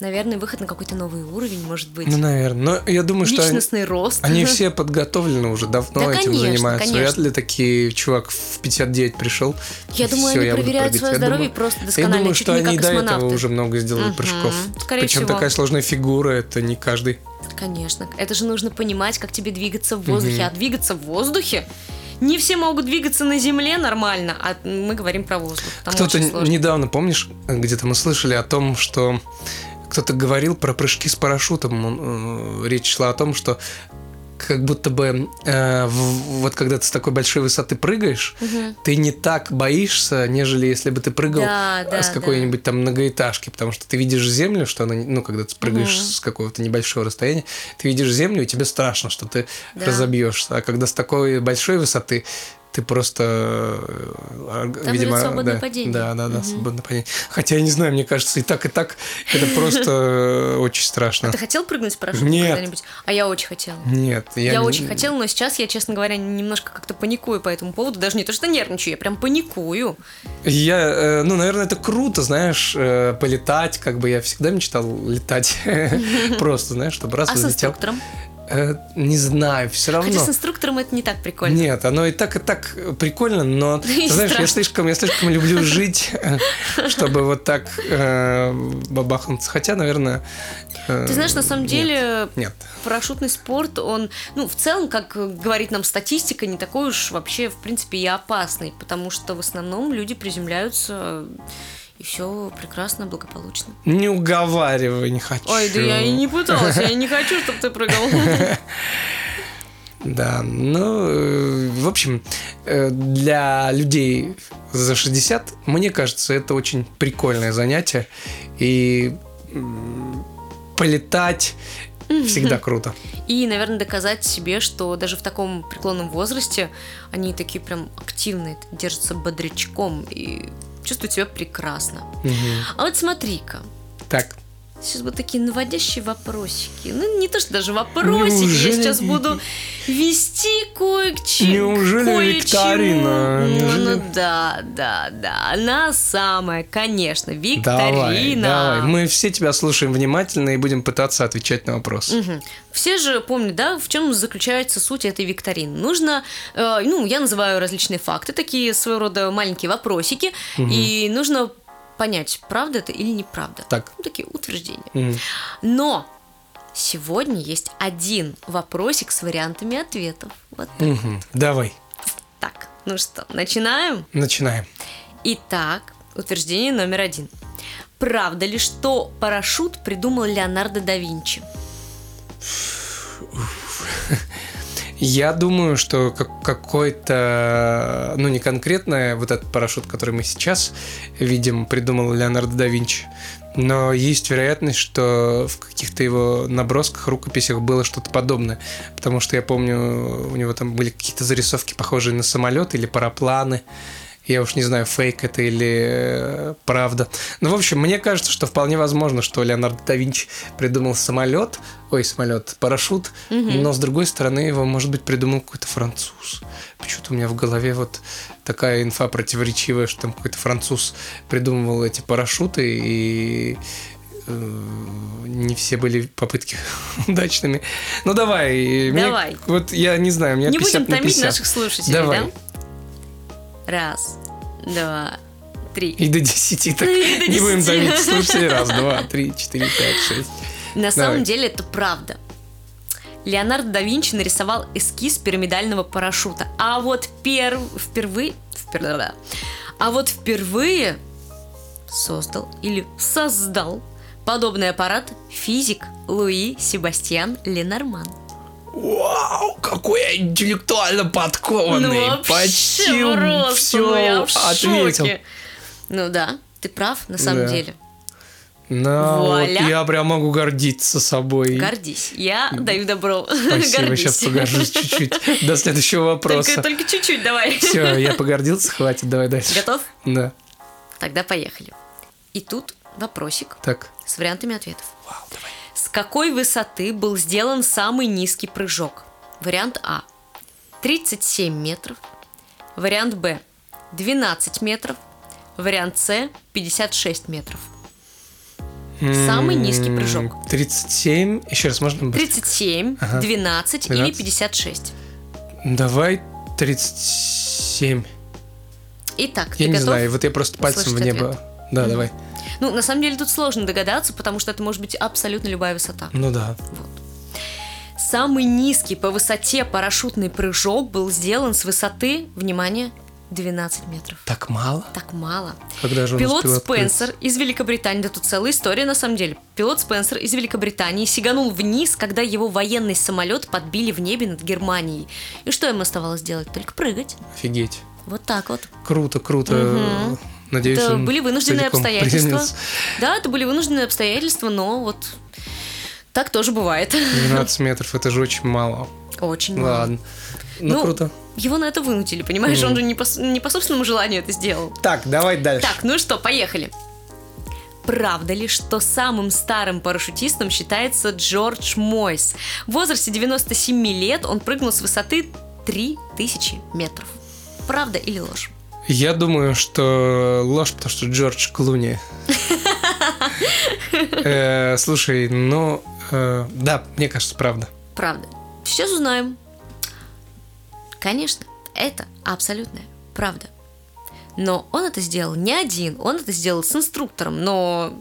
[SPEAKER 2] Наверное, выход на какой-то новый уровень, может быть.
[SPEAKER 1] Ну, наверное. Но я думаю, что они,
[SPEAKER 2] Личностный рост.
[SPEAKER 1] они все подготовлены уже давно
[SPEAKER 2] Да,
[SPEAKER 1] этим
[SPEAKER 2] конечно,
[SPEAKER 1] занимаются. Вряд
[SPEAKER 2] конечно.
[SPEAKER 1] ли такие чувак в 59 пришел.
[SPEAKER 2] Я
[SPEAKER 1] и
[SPEAKER 2] думаю,
[SPEAKER 1] всё,
[SPEAKER 2] они
[SPEAKER 1] я буду
[SPEAKER 2] проверяют
[SPEAKER 1] прыгать.
[SPEAKER 2] свое
[SPEAKER 1] Я
[SPEAKER 2] здоровье
[SPEAKER 1] думаю-
[SPEAKER 2] просто
[SPEAKER 1] Я
[SPEAKER 2] досконально,
[SPEAKER 1] думаю,
[SPEAKER 2] чуть
[SPEAKER 1] что
[SPEAKER 2] ли не
[SPEAKER 1] они
[SPEAKER 2] как
[SPEAKER 1] до этого
[SPEAKER 2] космонавты.
[SPEAKER 1] уже много сделали
[SPEAKER 2] Мгм.
[SPEAKER 1] прыжков.
[SPEAKER 2] Скорее
[SPEAKER 1] Причем
[SPEAKER 2] всего.
[SPEAKER 1] такая сложная фигура, это не каждый.
[SPEAKER 2] Конечно. Это же нужно понимать, как тебе двигаться в воздухе.
[SPEAKER 1] Мгм.
[SPEAKER 2] А двигаться в воздухе не все могут двигаться на земле нормально, а мы говорим про воздух. Там
[SPEAKER 1] Кто-то
[SPEAKER 2] очень сложно.
[SPEAKER 1] недавно, помнишь, где-то мы слышали о том, что кто-то говорил про прыжки с парашютом. Он, э, Речь шла о том, что как будто бы э, в- вот когда ты с такой большой высоты прыгаешь,
[SPEAKER 2] Мгм.
[SPEAKER 1] ты не так боишься, нежели если бы ты прыгал
[SPEAKER 2] Да, да,
[SPEAKER 1] с
[SPEAKER 2] да.
[SPEAKER 1] какой-нибудь там многоэтажки, потому что ты видишь землю, что она, не- ну, когда ты прыгаешь
[SPEAKER 2] Мгм.
[SPEAKER 1] с какого-то небольшого расстояния, ты видишь землю, и тебе страшно, что ты
[SPEAKER 2] Да.
[SPEAKER 1] разобьешься. А когда с такой большой высоты, ты просто, э, а,
[SPEAKER 2] Там
[SPEAKER 1] видимо,
[SPEAKER 2] идет свободное
[SPEAKER 1] да,
[SPEAKER 2] падение.
[SPEAKER 1] да, да, да,
[SPEAKER 2] Мгм.
[SPEAKER 1] свободное падение. Хотя я не знаю, мне кажется, и так и так это просто э, очень страшно.
[SPEAKER 2] Ты хотел прыгнуть с парашютом
[SPEAKER 1] Нет.
[SPEAKER 2] когда-нибудь? А я очень хотела.
[SPEAKER 1] Нет, я,
[SPEAKER 2] Я,
[SPEAKER 1] не-
[SPEAKER 2] очень хотела, но сейчас я, честно говоря, немножко как-то паникую по этому поводу. Даже не то, что нервничаю, я прям паникую.
[SPEAKER 1] Я, э, ну, наверное, это круто, знаешь, э, полетать, как бы я всегда мечтал летать, просто, знаешь, чтобы раз
[SPEAKER 2] а с
[SPEAKER 1] взлетел.
[SPEAKER 2] инструктором?
[SPEAKER 1] Э, Не знаю, все равно.
[SPEAKER 2] Хотя с инструктором это не так прикольно.
[SPEAKER 1] Нет, оно и так, и так прикольно, но,
[SPEAKER 2] И
[SPEAKER 1] ты знаешь, я
[SPEAKER 2] страшно.
[SPEAKER 1] слишком, я слишком люблю жить, э, чтобы вот так э, бабахнуться. Хотя, наверное... э,
[SPEAKER 2] Ты знаешь, на самом
[SPEAKER 1] нет.
[SPEAKER 2] деле
[SPEAKER 1] Нет.
[SPEAKER 2] парашютный спорт, он, ну, в целом, как говорит нам статистика, не такой уж вообще, в принципе, и опасный, потому что в основном люди приземляются и все прекрасно, благополучно.
[SPEAKER 1] Не уговаривай, не хочу.
[SPEAKER 2] Ой, да я и не пыталась, я и не хочу, чтобы ты прыгал.
[SPEAKER 1] Да, ну, э, в общем, э, для людей за 60, мне кажется, это очень прикольное занятие. И м, полетать всегда круто.
[SPEAKER 2] И, наверное, доказать себе, что даже в таком преклонном возрасте они такие прям активные, держатся бодрячком и чувствуют себя прекрасно.
[SPEAKER 1] Мгм.
[SPEAKER 2] А вот смотри-ка,
[SPEAKER 1] Так,
[SPEAKER 2] Сейчас будут такие наводящие вопросики. Ну, не то, что даже вопросики. Я
[SPEAKER 1] Неужели-
[SPEAKER 2] сейчас буду вести кое к чему.
[SPEAKER 1] Неужели викторина? Неужели-
[SPEAKER 2] Ну да, да, да. Она самая, конечно,
[SPEAKER 1] давай,
[SPEAKER 2] викторина.
[SPEAKER 1] давай. Мы все тебя слушаем внимательно и будем пытаться отвечать на вопросы.
[SPEAKER 2] Мгм. Все же помнят, да, в чем заключается суть этой викторины. Нужно, э, ну, я называю различные факты, такие своего рода маленькие вопросики, и нужно понять, правда это или неправда.
[SPEAKER 1] Так.
[SPEAKER 2] Ну, такие утверждения.
[SPEAKER 1] Мгм.
[SPEAKER 2] Но сегодня есть один вопросик с вариантами ответов. Вот
[SPEAKER 1] Мгм. Давай,
[SPEAKER 2] так. Ну что, начинаем?
[SPEAKER 1] начинаем.
[SPEAKER 2] Итак, утверждение номер один. Правда ли, что парашют придумал Леонардо да Винчи?
[SPEAKER 1] Я думаю, что как- какой-то, ну не конкретно вот этот парашют, который мы сейчас видим, придумал Леонардо да Винчи, но есть вероятность, что в каких-то его набросках, рукописях было что-то подобное, потому что я помню, у него там были какие-то зарисовки, похожие на самолет или парапланы. Я уж не знаю, фейк это или э, правда. Ну, в общем, мне кажется, что вполне возможно, что Леонардо да Винчи придумал самолет, ой, самолет, парашют, но с другой стороны его, может быть, придумал какой-то француз. Почему-то у меня в голове вот такая инфа противоречивая, что там какой-то француз придумывал эти парашюты и э, не все были попытки удачными. Ну давай. э, мне-
[SPEAKER 2] Давай.
[SPEAKER 1] вот я не знаю, у меня
[SPEAKER 2] Не
[SPEAKER 1] 50
[SPEAKER 2] будем
[SPEAKER 1] на
[SPEAKER 2] томить
[SPEAKER 1] 50.
[SPEAKER 2] наших слушателей,
[SPEAKER 1] Давай.
[SPEAKER 2] да? Раз, два, три.
[SPEAKER 1] И до 10 так.
[SPEAKER 2] И до
[SPEAKER 1] Не
[SPEAKER 2] 10.
[SPEAKER 1] будем давить слушателей. Раз, два, три, четыре, пять, шесть.
[SPEAKER 2] На самом
[SPEAKER 1] давай.
[SPEAKER 2] деле это правда. Леонардо да Винчи нарисовал эскиз пирамидального парашюта. А вот пер... впервые... впер- да-да. А вот впервые создал или создал подобный аппарат физик Луи Себастьян Ленорман.
[SPEAKER 1] Вау, какой я интеллектуально подкованный.
[SPEAKER 2] Ну, вообще
[SPEAKER 1] Почти
[SPEAKER 2] просто, ну, я
[SPEAKER 1] все
[SPEAKER 2] в
[SPEAKER 1] ответил.
[SPEAKER 2] шоке. Ну да, ты прав, на самом
[SPEAKER 1] Да.
[SPEAKER 2] деле.
[SPEAKER 1] Ну, вот
[SPEAKER 2] Вуаля.
[SPEAKER 1] я прям могу гордиться собой.
[SPEAKER 2] Гордись. Я даю добро.
[SPEAKER 1] Спасибо,
[SPEAKER 2] Гордись.
[SPEAKER 1] сейчас погожусь чуть-чуть. До следующего
[SPEAKER 2] Только,
[SPEAKER 1] вопроса.
[SPEAKER 2] только чуть-чуть давай.
[SPEAKER 1] Все, я погордился, хватит, давай дальше.
[SPEAKER 2] Готов?
[SPEAKER 1] Да,
[SPEAKER 2] Тогда поехали. И тут вопросик
[SPEAKER 1] так.
[SPEAKER 2] с вариантами ответов.
[SPEAKER 1] Вау, давай.
[SPEAKER 2] С какой высоты был сделан самый низкий прыжок? Вариант А. 37 метров. Вариант Б. 12 метров. Вариант С. 56 метров. Самый низкий прыжок.
[SPEAKER 1] 37. Еще раз, можно? быстро?
[SPEAKER 2] 37,
[SPEAKER 1] Ага.
[SPEAKER 2] 12 или
[SPEAKER 1] 12.
[SPEAKER 2] 56.
[SPEAKER 1] Давай 37.
[SPEAKER 2] Итак, ты
[SPEAKER 1] Я не
[SPEAKER 2] готов?
[SPEAKER 1] знаю, вот я просто пальцем в
[SPEAKER 2] услышать
[SPEAKER 1] небо. Да,
[SPEAKER 2] Мгм.
[SPEAKER 1] давай.
[SPEAKER 2] Ну, на самом деле тут сложно догадаться, потому что это может быть абсолютно любая высота.
[SPEAKER 1] Ну да.
[SPEAKER 2] Самый низкий по высоте парашютный прыжок был сделан с высоты, внимание, 12 метров.
[SPEAKER 1] Так мало?
[SPEAKER 2] Так мало.
[SPEAKER 1] Когда же он
[SPEAKER 2] Пилот
[SPEAKER 1] успел открыть?
[SPEAKER 2] Спенсер из Великобритании, да тут целая история на самом деле. Пилот Спенсер из Великобритании сиганул вниз, когда его военный самолет подбили в небе над Германией. И что им оставалось делать? Только прыгать.
[SPEAKER 1] Офигеть.
[SPEAKER 2] Вот так вот.
[SPEAKER 1] Круто, круто.
[SPEAKER 2] Мгм.
[SPEAKER 1] Надеюсь,
[SPEAKER 2] Это
[SPEAKER 1] он
[SPEAKER 2] были вынужденные
[SPEAKER 1] целиком
[SPEAKER 2] обстоятельства.
[SPEAKER 1] принялся.
[SPEAKER 2] Да, это были вынужденные обстоятельства, но вот так тоже бывает.
[SPEAKER 1] 12 метров, это же очень мало.
[SPEAKER 2] Очень мало.
[SPEAKER 1] Ладно. Ну,
[SPEAKER 2] Ну,
[SPEAKER 1] круто.
[SPEAKER 2] Его на это вынудили, понимаешь? Он же не по, с- не по собственному желанию это сделал.
[SPEAKER 1] Так, давай дальше.
[SPEAKER 2] Так, ну что, поехали. Правда ли, что самым старым парашютистом считается Джордж Мойс? В возрасте 97 лет он прыгнул с высоты 3000 метров. Правда или ложь?
[SPEAKER 1] Я думаю, что ложь, потому что Джордж Клуни. Э, Слушай, ну... э, Да, мне кажется, правда.
[SPEAKER 2] Правда. Сейчас узнаем. Конечно, это абсолютная правда. Но он это сделал не один, он это сделал с инструктором, но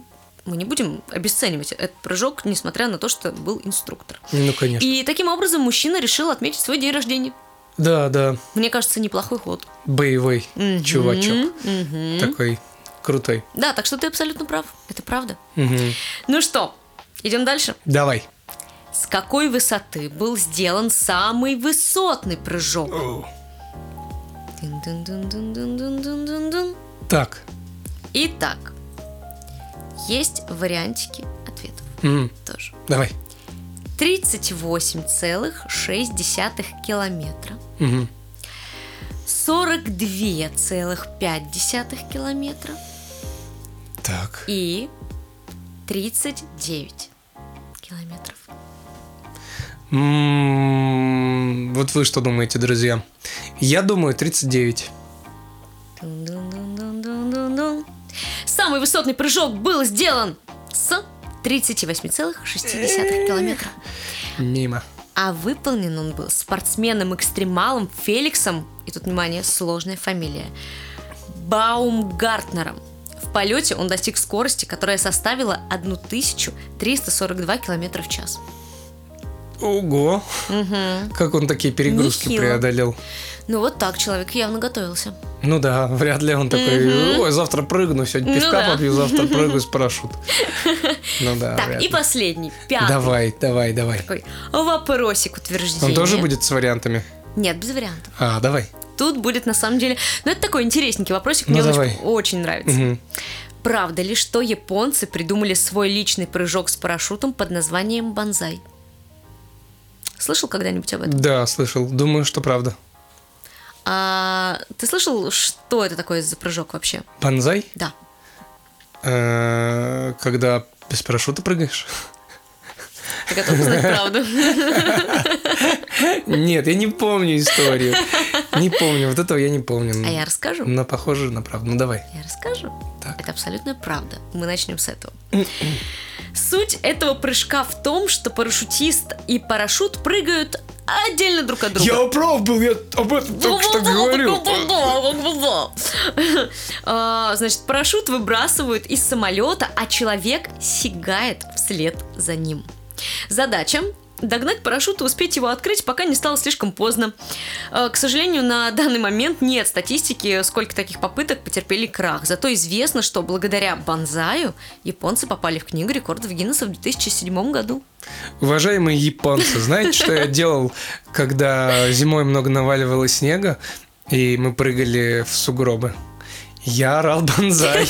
[SPEAKER 2] мы не будем обесценивать этот прыжок, несмотря на то, что был инструктор.
[SPEAKER 1] Ну, конечно.
[SPEAKER 2] И таким образом мужчина решил отметить свой день рождения.
[SPEAKER 1] Да, да,
[SPEAKER 2] Мне кажется, неплохой ход.
[SPEAKER 1] боевой
[SPEAKER 2] Мгм,
[SPEAKER 1] чувачок.
[SPEAKER 2] мгм.
[SPEAKER 1] Такой крутой.
[SPEAKER 2] Да, так что ты абсолютно прав. Это правда.
[SPEAKER 1] Мгм.
[SPEAKER 2] Ну что, идем дальше.
[SPEAKER 1] Давай.
[SPEAKER 2] С какой высоты был сделан самый высотный прыжок? Дын-дын-дын-дын-дын-дын-дын-дын.
[SPEAKER 1] Так.
[SPEAKER 2] Итак, есть вариантики ответов
[SPEAKER 1] М,
[SPEAKER 2] тоже.
[SPEAKER 1] Давай.
[SPEAKER 2] 38,6 километра,
[SPEAKER 1] Мгм.
[SPEAKER 2] 42,5 километра
[SPEAKER 1] Так.
[SPEAKER 2] и 39 километров.
[SPEAKER 1] М, Вот вы что думаете, друзья? Я думаю, 39.
[SPEAKER 2] Дун-дун-дун-дун-дун-дун. Самый высотный прыжок был сделан с 38,6 километра.
[SPEAKER 1] Мимо.
[SPEAKER 2] А выполнен он был спортсменом-экстремалом Феликсом, и тут, внимание, сложная фамилия, Баумгартнером. В полете он достиг скорости, которая составила 1342 километра в час.
[SPEAKER 1] Ого.
[SPEAKER 2] Мгм.
[SPEAKER 1] Как он такие перегрузки
[SPEAKER 2] Нехило.
[SPEAKER 1] преодолел.
[SPEAKER 2] Ну вот так человек явно готовился.
[SPEAKER 1] Ну да, вряд ли он такой, ой, завтра прыгну, сегодня
[SPEAKER 2] Ну
[SPEAKER 1] пивка
[SPEAKER 2] да.
[SPEAKER 1] попью, завтра прыгаю с парашют. Ну да,
[SPEAKER 2] так,
[SPEAKER 1] вряд
[SPEAKER 2] и
[SPEAKER 1] ли.
[SPEAKER 2] последний, пятый
[SPEAKER 1] Давай, давай, давай.
[SPEAKER 2] такой вопросик утверждения.
[SPEAKER 1] Он тоже будет с вариантами?
[SPEAKER 2] Нет, без вариантов.
[SPEAKER 1] А, давай.
[SPEAKER 2] Тут будет на самом деле... Ну это такой интересненький вопросик,
[SPEAKER 1] Ну,
[SPEAKER 2] мне он
[SPEAKER 1] давай.
[SPEAKER 2] очень, очень нравится.
[SPEAKER 1] Мгм.
[SPEAKER 2] Правда ли, что японцы придумали свой личный прыжок с парашютом под названием банзай? Слышал когда-нибудь об этом?
[SPEAKER 1] Да, слышал. Думаю, что правда.
[SPEAKER 2] А, ты слышал, что это такое за прыжок вообще?
[SPEAKER 1] Банзай?
[SPEAKER 2] Да.
[SPEAKER 1] Э, Когда без парашюта прыгаешь?
[SPEAKER 2] Ты готов узнать правду?
[SPEAKER 1] Нет, я не помню историю. Не помню, вот этого я не помню.
[SPEAKER 2] А я расскажу.
[SPEAKER 1] Но похоже на правду. Ну давай.
[SPEAKER 2] Я расскажу.
[SPEAKER 1] Так.
[SPEAKER 2] Это абсолютная правда. Мы начнем с этого. Суть этого прыжка в том, что парашютист и парашют прыгают отдельно друг от друга.
[SPEAKER 1] Я прав был, я об
[SPEAKER 2] Ну
[SPEAKER 1] этом только что говорил.
[SPEAKER 2] А, Значит, парашют выбрасывают из самолета, а человек сигает вслед за ним. Задача догнать парашют и успеть его открыть, пока не стало слишком поздно. Э, К сожалению, на данный момент нет статистики, сколько таких попыток потерпели крах. Зато известно, что благодаря банзаю японцы попали в книгу рекордов Гиннесса в 2007 году.
[SPEAKER 1] Уважаемые японцы, знаете, что я делал, когда зимой много наваливало снега, и мы прыгали в сугробы? Я орал банзай.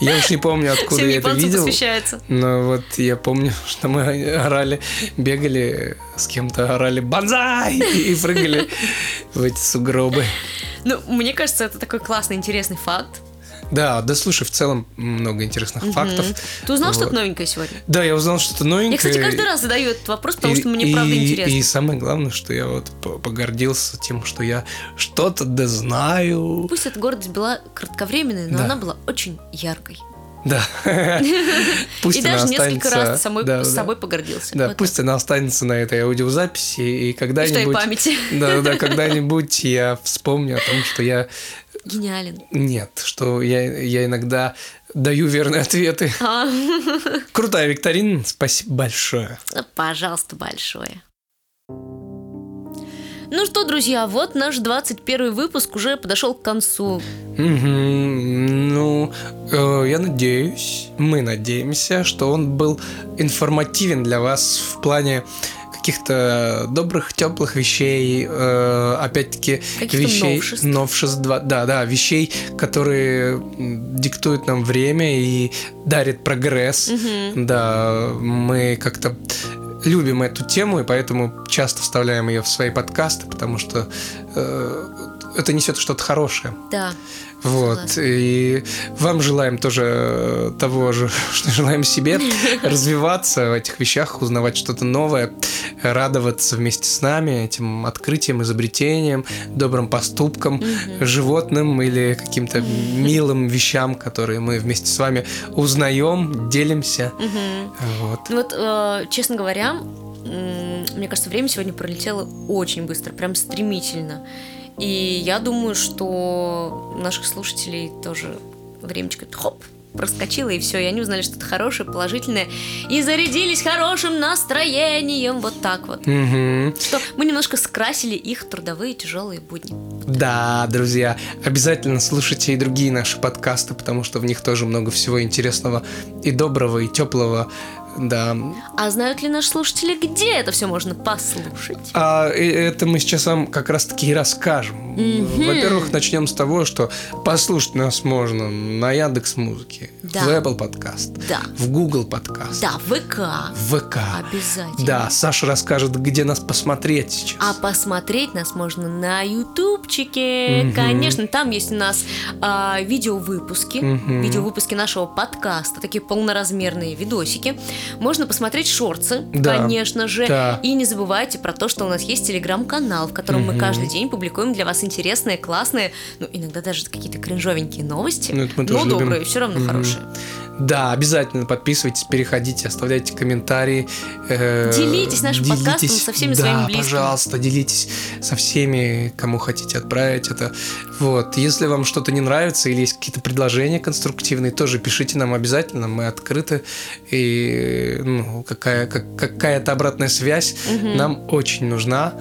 [SPEAKER 1] Я уж не помню, откуда
[SPEAKER 2] Всем
[SPEAKER 1] я это
[SPEAKER 2] японцам
[SPEAKER 1] видел.
[SPEAKER 2] посвящается.
[SPEAKER 1] Но вот я помню, что мы орали, бегали с кем-то, орали «Бонзай!» и прыгали в эти сугробы.
[SPEAKER 2] Ну, мне кажется, это такой классный, интересный факт.
[SPEAKER 1] Да, да слушай, в целом много интересных фактов.
[SPEAKER 2] Ты узнал
[SPEAKER 1] Вот.
[SPEAKER 2] что-то новенькое сегодня?
[SPEAKER 1] Да, я узнал что-то новенькое.
[SPEAKER 2] Я, кстати, каждый раз задаю этот вопрос, потому что мне правда
[SPEAKER 1] и-
[SPEAKER 2] интересно.
[SPEAKER 1] И самое главное, что я вот по- погордился тем, что я что-то да знаю.
[SPEAKER 2] Пусть эта гордость была кратковременной, но
[SPEAKER 1] Да.
[SPEAKER 2] она была очень яркой.
[SPEAKER 1] Да. Пусть
[SPEAKER 2] и
[SPEAKER 1] она
[SPEAKER 2] даже несколько
[SPEAKER 1] останется-
[SPEAKER 2] раз самой-
[SPEAKER 1] да,
[SPEAKER 2] с
[SPEAKER 1] да.
[SPEAKER 2] собой погордился.
[SPEAKER 1] Да,
[SPEAKER 2] Вот так.
[SPEAKER 1] пусть она останется на этой аудиозаписи, и
[SPEAKER 2] И в той
[SPEAKER 1] когда-нибудь...
[SPEAKER 2] памяти.
[SPEAKER 1] Да, да, когда-нибудь я вспомню о том, что я...
[SPEAKER 2] Гениален.
[SPEAKER 1] Нет, что я, я иногда даю верные ответы.
[SPEAKER 2] А,
[SPEAKER 1] Крутая викторина, спасибо большое.
[SPEAKER 2] Пожалуйста, большое. Ну что, друзья, вот наш 21 выпуск уже подошел к концу.
[SPEAKER 1] Мгм, ну, э, я надеюсь, мы надеемся, что он был информативен для вас в плане каких-то добрых, теплых вещей, э, опять-таки
[SPEAKER 2] Каких-то
[SPEAKER 1] вещей,
[SPEAKER 2] новшеств.
[SPEAKER 1] новшеств, два- да, да, вещей, которые м, диктуют нам время и дарят прогресс.
[SPEAKER 2] Мгм.
[SPEAKER 1] Да, мы как-то любим эту тему, и поэтому часто вставляем ее в свои подкасты, потому что э, это несет что-то хорошее.
[SPEAKER 2] Да.
[SPEAKER 1] Вот.
[SPEAKER 2] Согласна.
[SPEAKER 1] И вам желаем тоже э, того же, что желаем себе. Развиваться в этих вещах, узнавать что-то новое, радоваться вместе с нами этим открытием, изобретением, добрым поступкам, животным или каким-то милым вещам, которые мы вместе с вами узнаем, делимся.
[SPEAKER 2] Мгм.
[SPEAKER 1] Вот.
[SPEAKER 2] Ну вот, э, честно говоря, м, мне кажется, время сегодня пролетело очень быстро, прям стремительно. И я думаю, что у наших слушателей тоже времечко хоп, проскочило, и все, и они узнали что-то хорошее, положительное, и зарядились хорошим настроением, вот так вот.
[SPEAKER 1] Мгм.
[SPEAKER 2] Что мы немножко скрасили их трудовые тяжелые будни.
[SPEAKER 1] Да, друзья, обязательно слушайте и другие наши подкасты, потому что в них тоже много всего интересного и доброго, и теплого. Да.
[SPEAKER 2] А знают ли наши слушатели, где это все можно послушать?
[SPEAKER 1] А э, это мы сейчас вам как раз-таки и расскажем.
[SPEAKER 2] Мгм.
[SPEAKER 1] Во-первых, начнем с того, что послушать нас можно на Яндекс Музыке,
[SPEAKER 2] Да.
[SPEAKER 1] в Apple Подкаст,
[SPEAKER 2] Да,
[SPEAKER 1] в Google Подкаст,
[SPEAKER 2] да, ВК.
[SPEAKER 1] в ВК.
[SPEAKER 2] Обязательно.
[SPEAKER 1] Да, Саша расскажет, где нас посмотреть сейчас.
[SPEAKER 2] А посмотреть нас можно на ютубчике.
[SPEAKER 1] Мгм.
[SPEAKER 2] Конечно, там есть у нас а, видеовыпуски,
[SPEAKER 1] Мгм.
[SPEAKER 2] видеовыпуски нашего подкаста, такие полноразмерные видосики. Можно посмотреть шорцы,
[SPEAKER 1] Да.
[SPEAKER 2] конечно же.
[SPEAKER 1] Да.
[SPEAKER 2] И не забывайте про то, что у нас есть телеграм-канал, в котором мы
[SPEAKER 1] Мгм.
[SPEAKER 2] каждый день публикуем для вас интересные, классные, ну, иногда даже какие-то кринжовенькие новости.
[SPEAKER 1] Ну, это мы
[SPEAKER 2] но
[SPEAKER 1] тоже любим.
[SPEAKER 2] добрые, все равно
[SPEAKER 1] Мгм.
[SPEAKER 2] хорошие.
[SPEAKER 1] Да, обязательно подписывайтесь, переходите, оставляйте комментарии. э,
[SPEAKER 2] Делитесь нашим подкастом со всеми
[SPEAKER 1] да,
[SPEAKER 2] своими близкими.
[SPEAKER 1] пожалуйста, делитесь со всеми, кому хотите отправить это. Вот, если вам что-то не нравится или есть какие-то предложения конструктивные, тоже пишите нам обязательно, мы открыты. И ну, какая, как- какая-то обратная связь
[SPEAKER 2] Мгм.
[SPEAKER 1] нам очень нужна.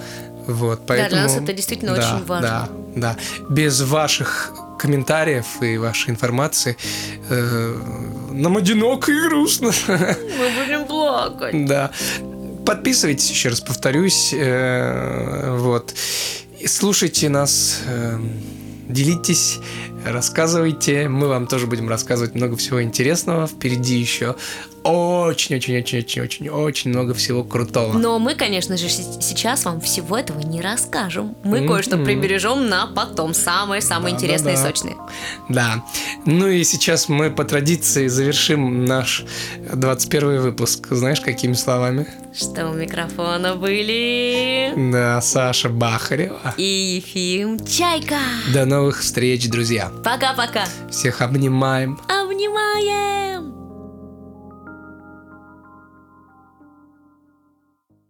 [SPEAKER 1] Вот, поэтому...
[SPEAKER 2] для нас это действительно
[SPEAKER 1] Да,
[SPEAKER 2] очень важно.
[SPEAKER 1] Да, да. Без ваших комментариев и вашей информации э, нам одиноко и грустно.
[SPEAKER 2] Мы будем плакать.
[SPEAKER 1] Да. Подписывайтесь, еще раз повторюсь. э, Вот. И Слушайте нас, э, делитесь, рассказывайте. Мы вам тоже будем рассказывать много всего интересного. Впереди еще очень-очень-очень-очень-очень-очень много всего крутого.
[SPEAKER 2] Но мы, конечно же, се- сейчас вам всего этого не расскажем. Мы
[SPEAKER 1] Мгм.
[SPEAKER 2] кое-что прибережем на потом. Самые-самые
[SPEAKER 1] Да,
[SPEAKER 2] интересные
[SPEAKER 1] да,
[SPEAKER 2] и
[SPEAKER 1] да.
[SPEAKER 2] сочные.
[SPEAKER 1] Да. Ну и сейчас мы по традиции завершим наш 21 выпуск. Знаешь, какими словами?
[SPEAKER 2] Что у микрофона были...
[SPEAKER 1] Да, Саша Бахарева.
[SPEAKER 2] И Ефим Чайка.
[SPEAKER 1] До новых встреч, друзья.
[SPEAKER 2] Пока-пока.
[SPEAKER 1] Всех обнимаем.
[SPEAKER 2] Обнимаем.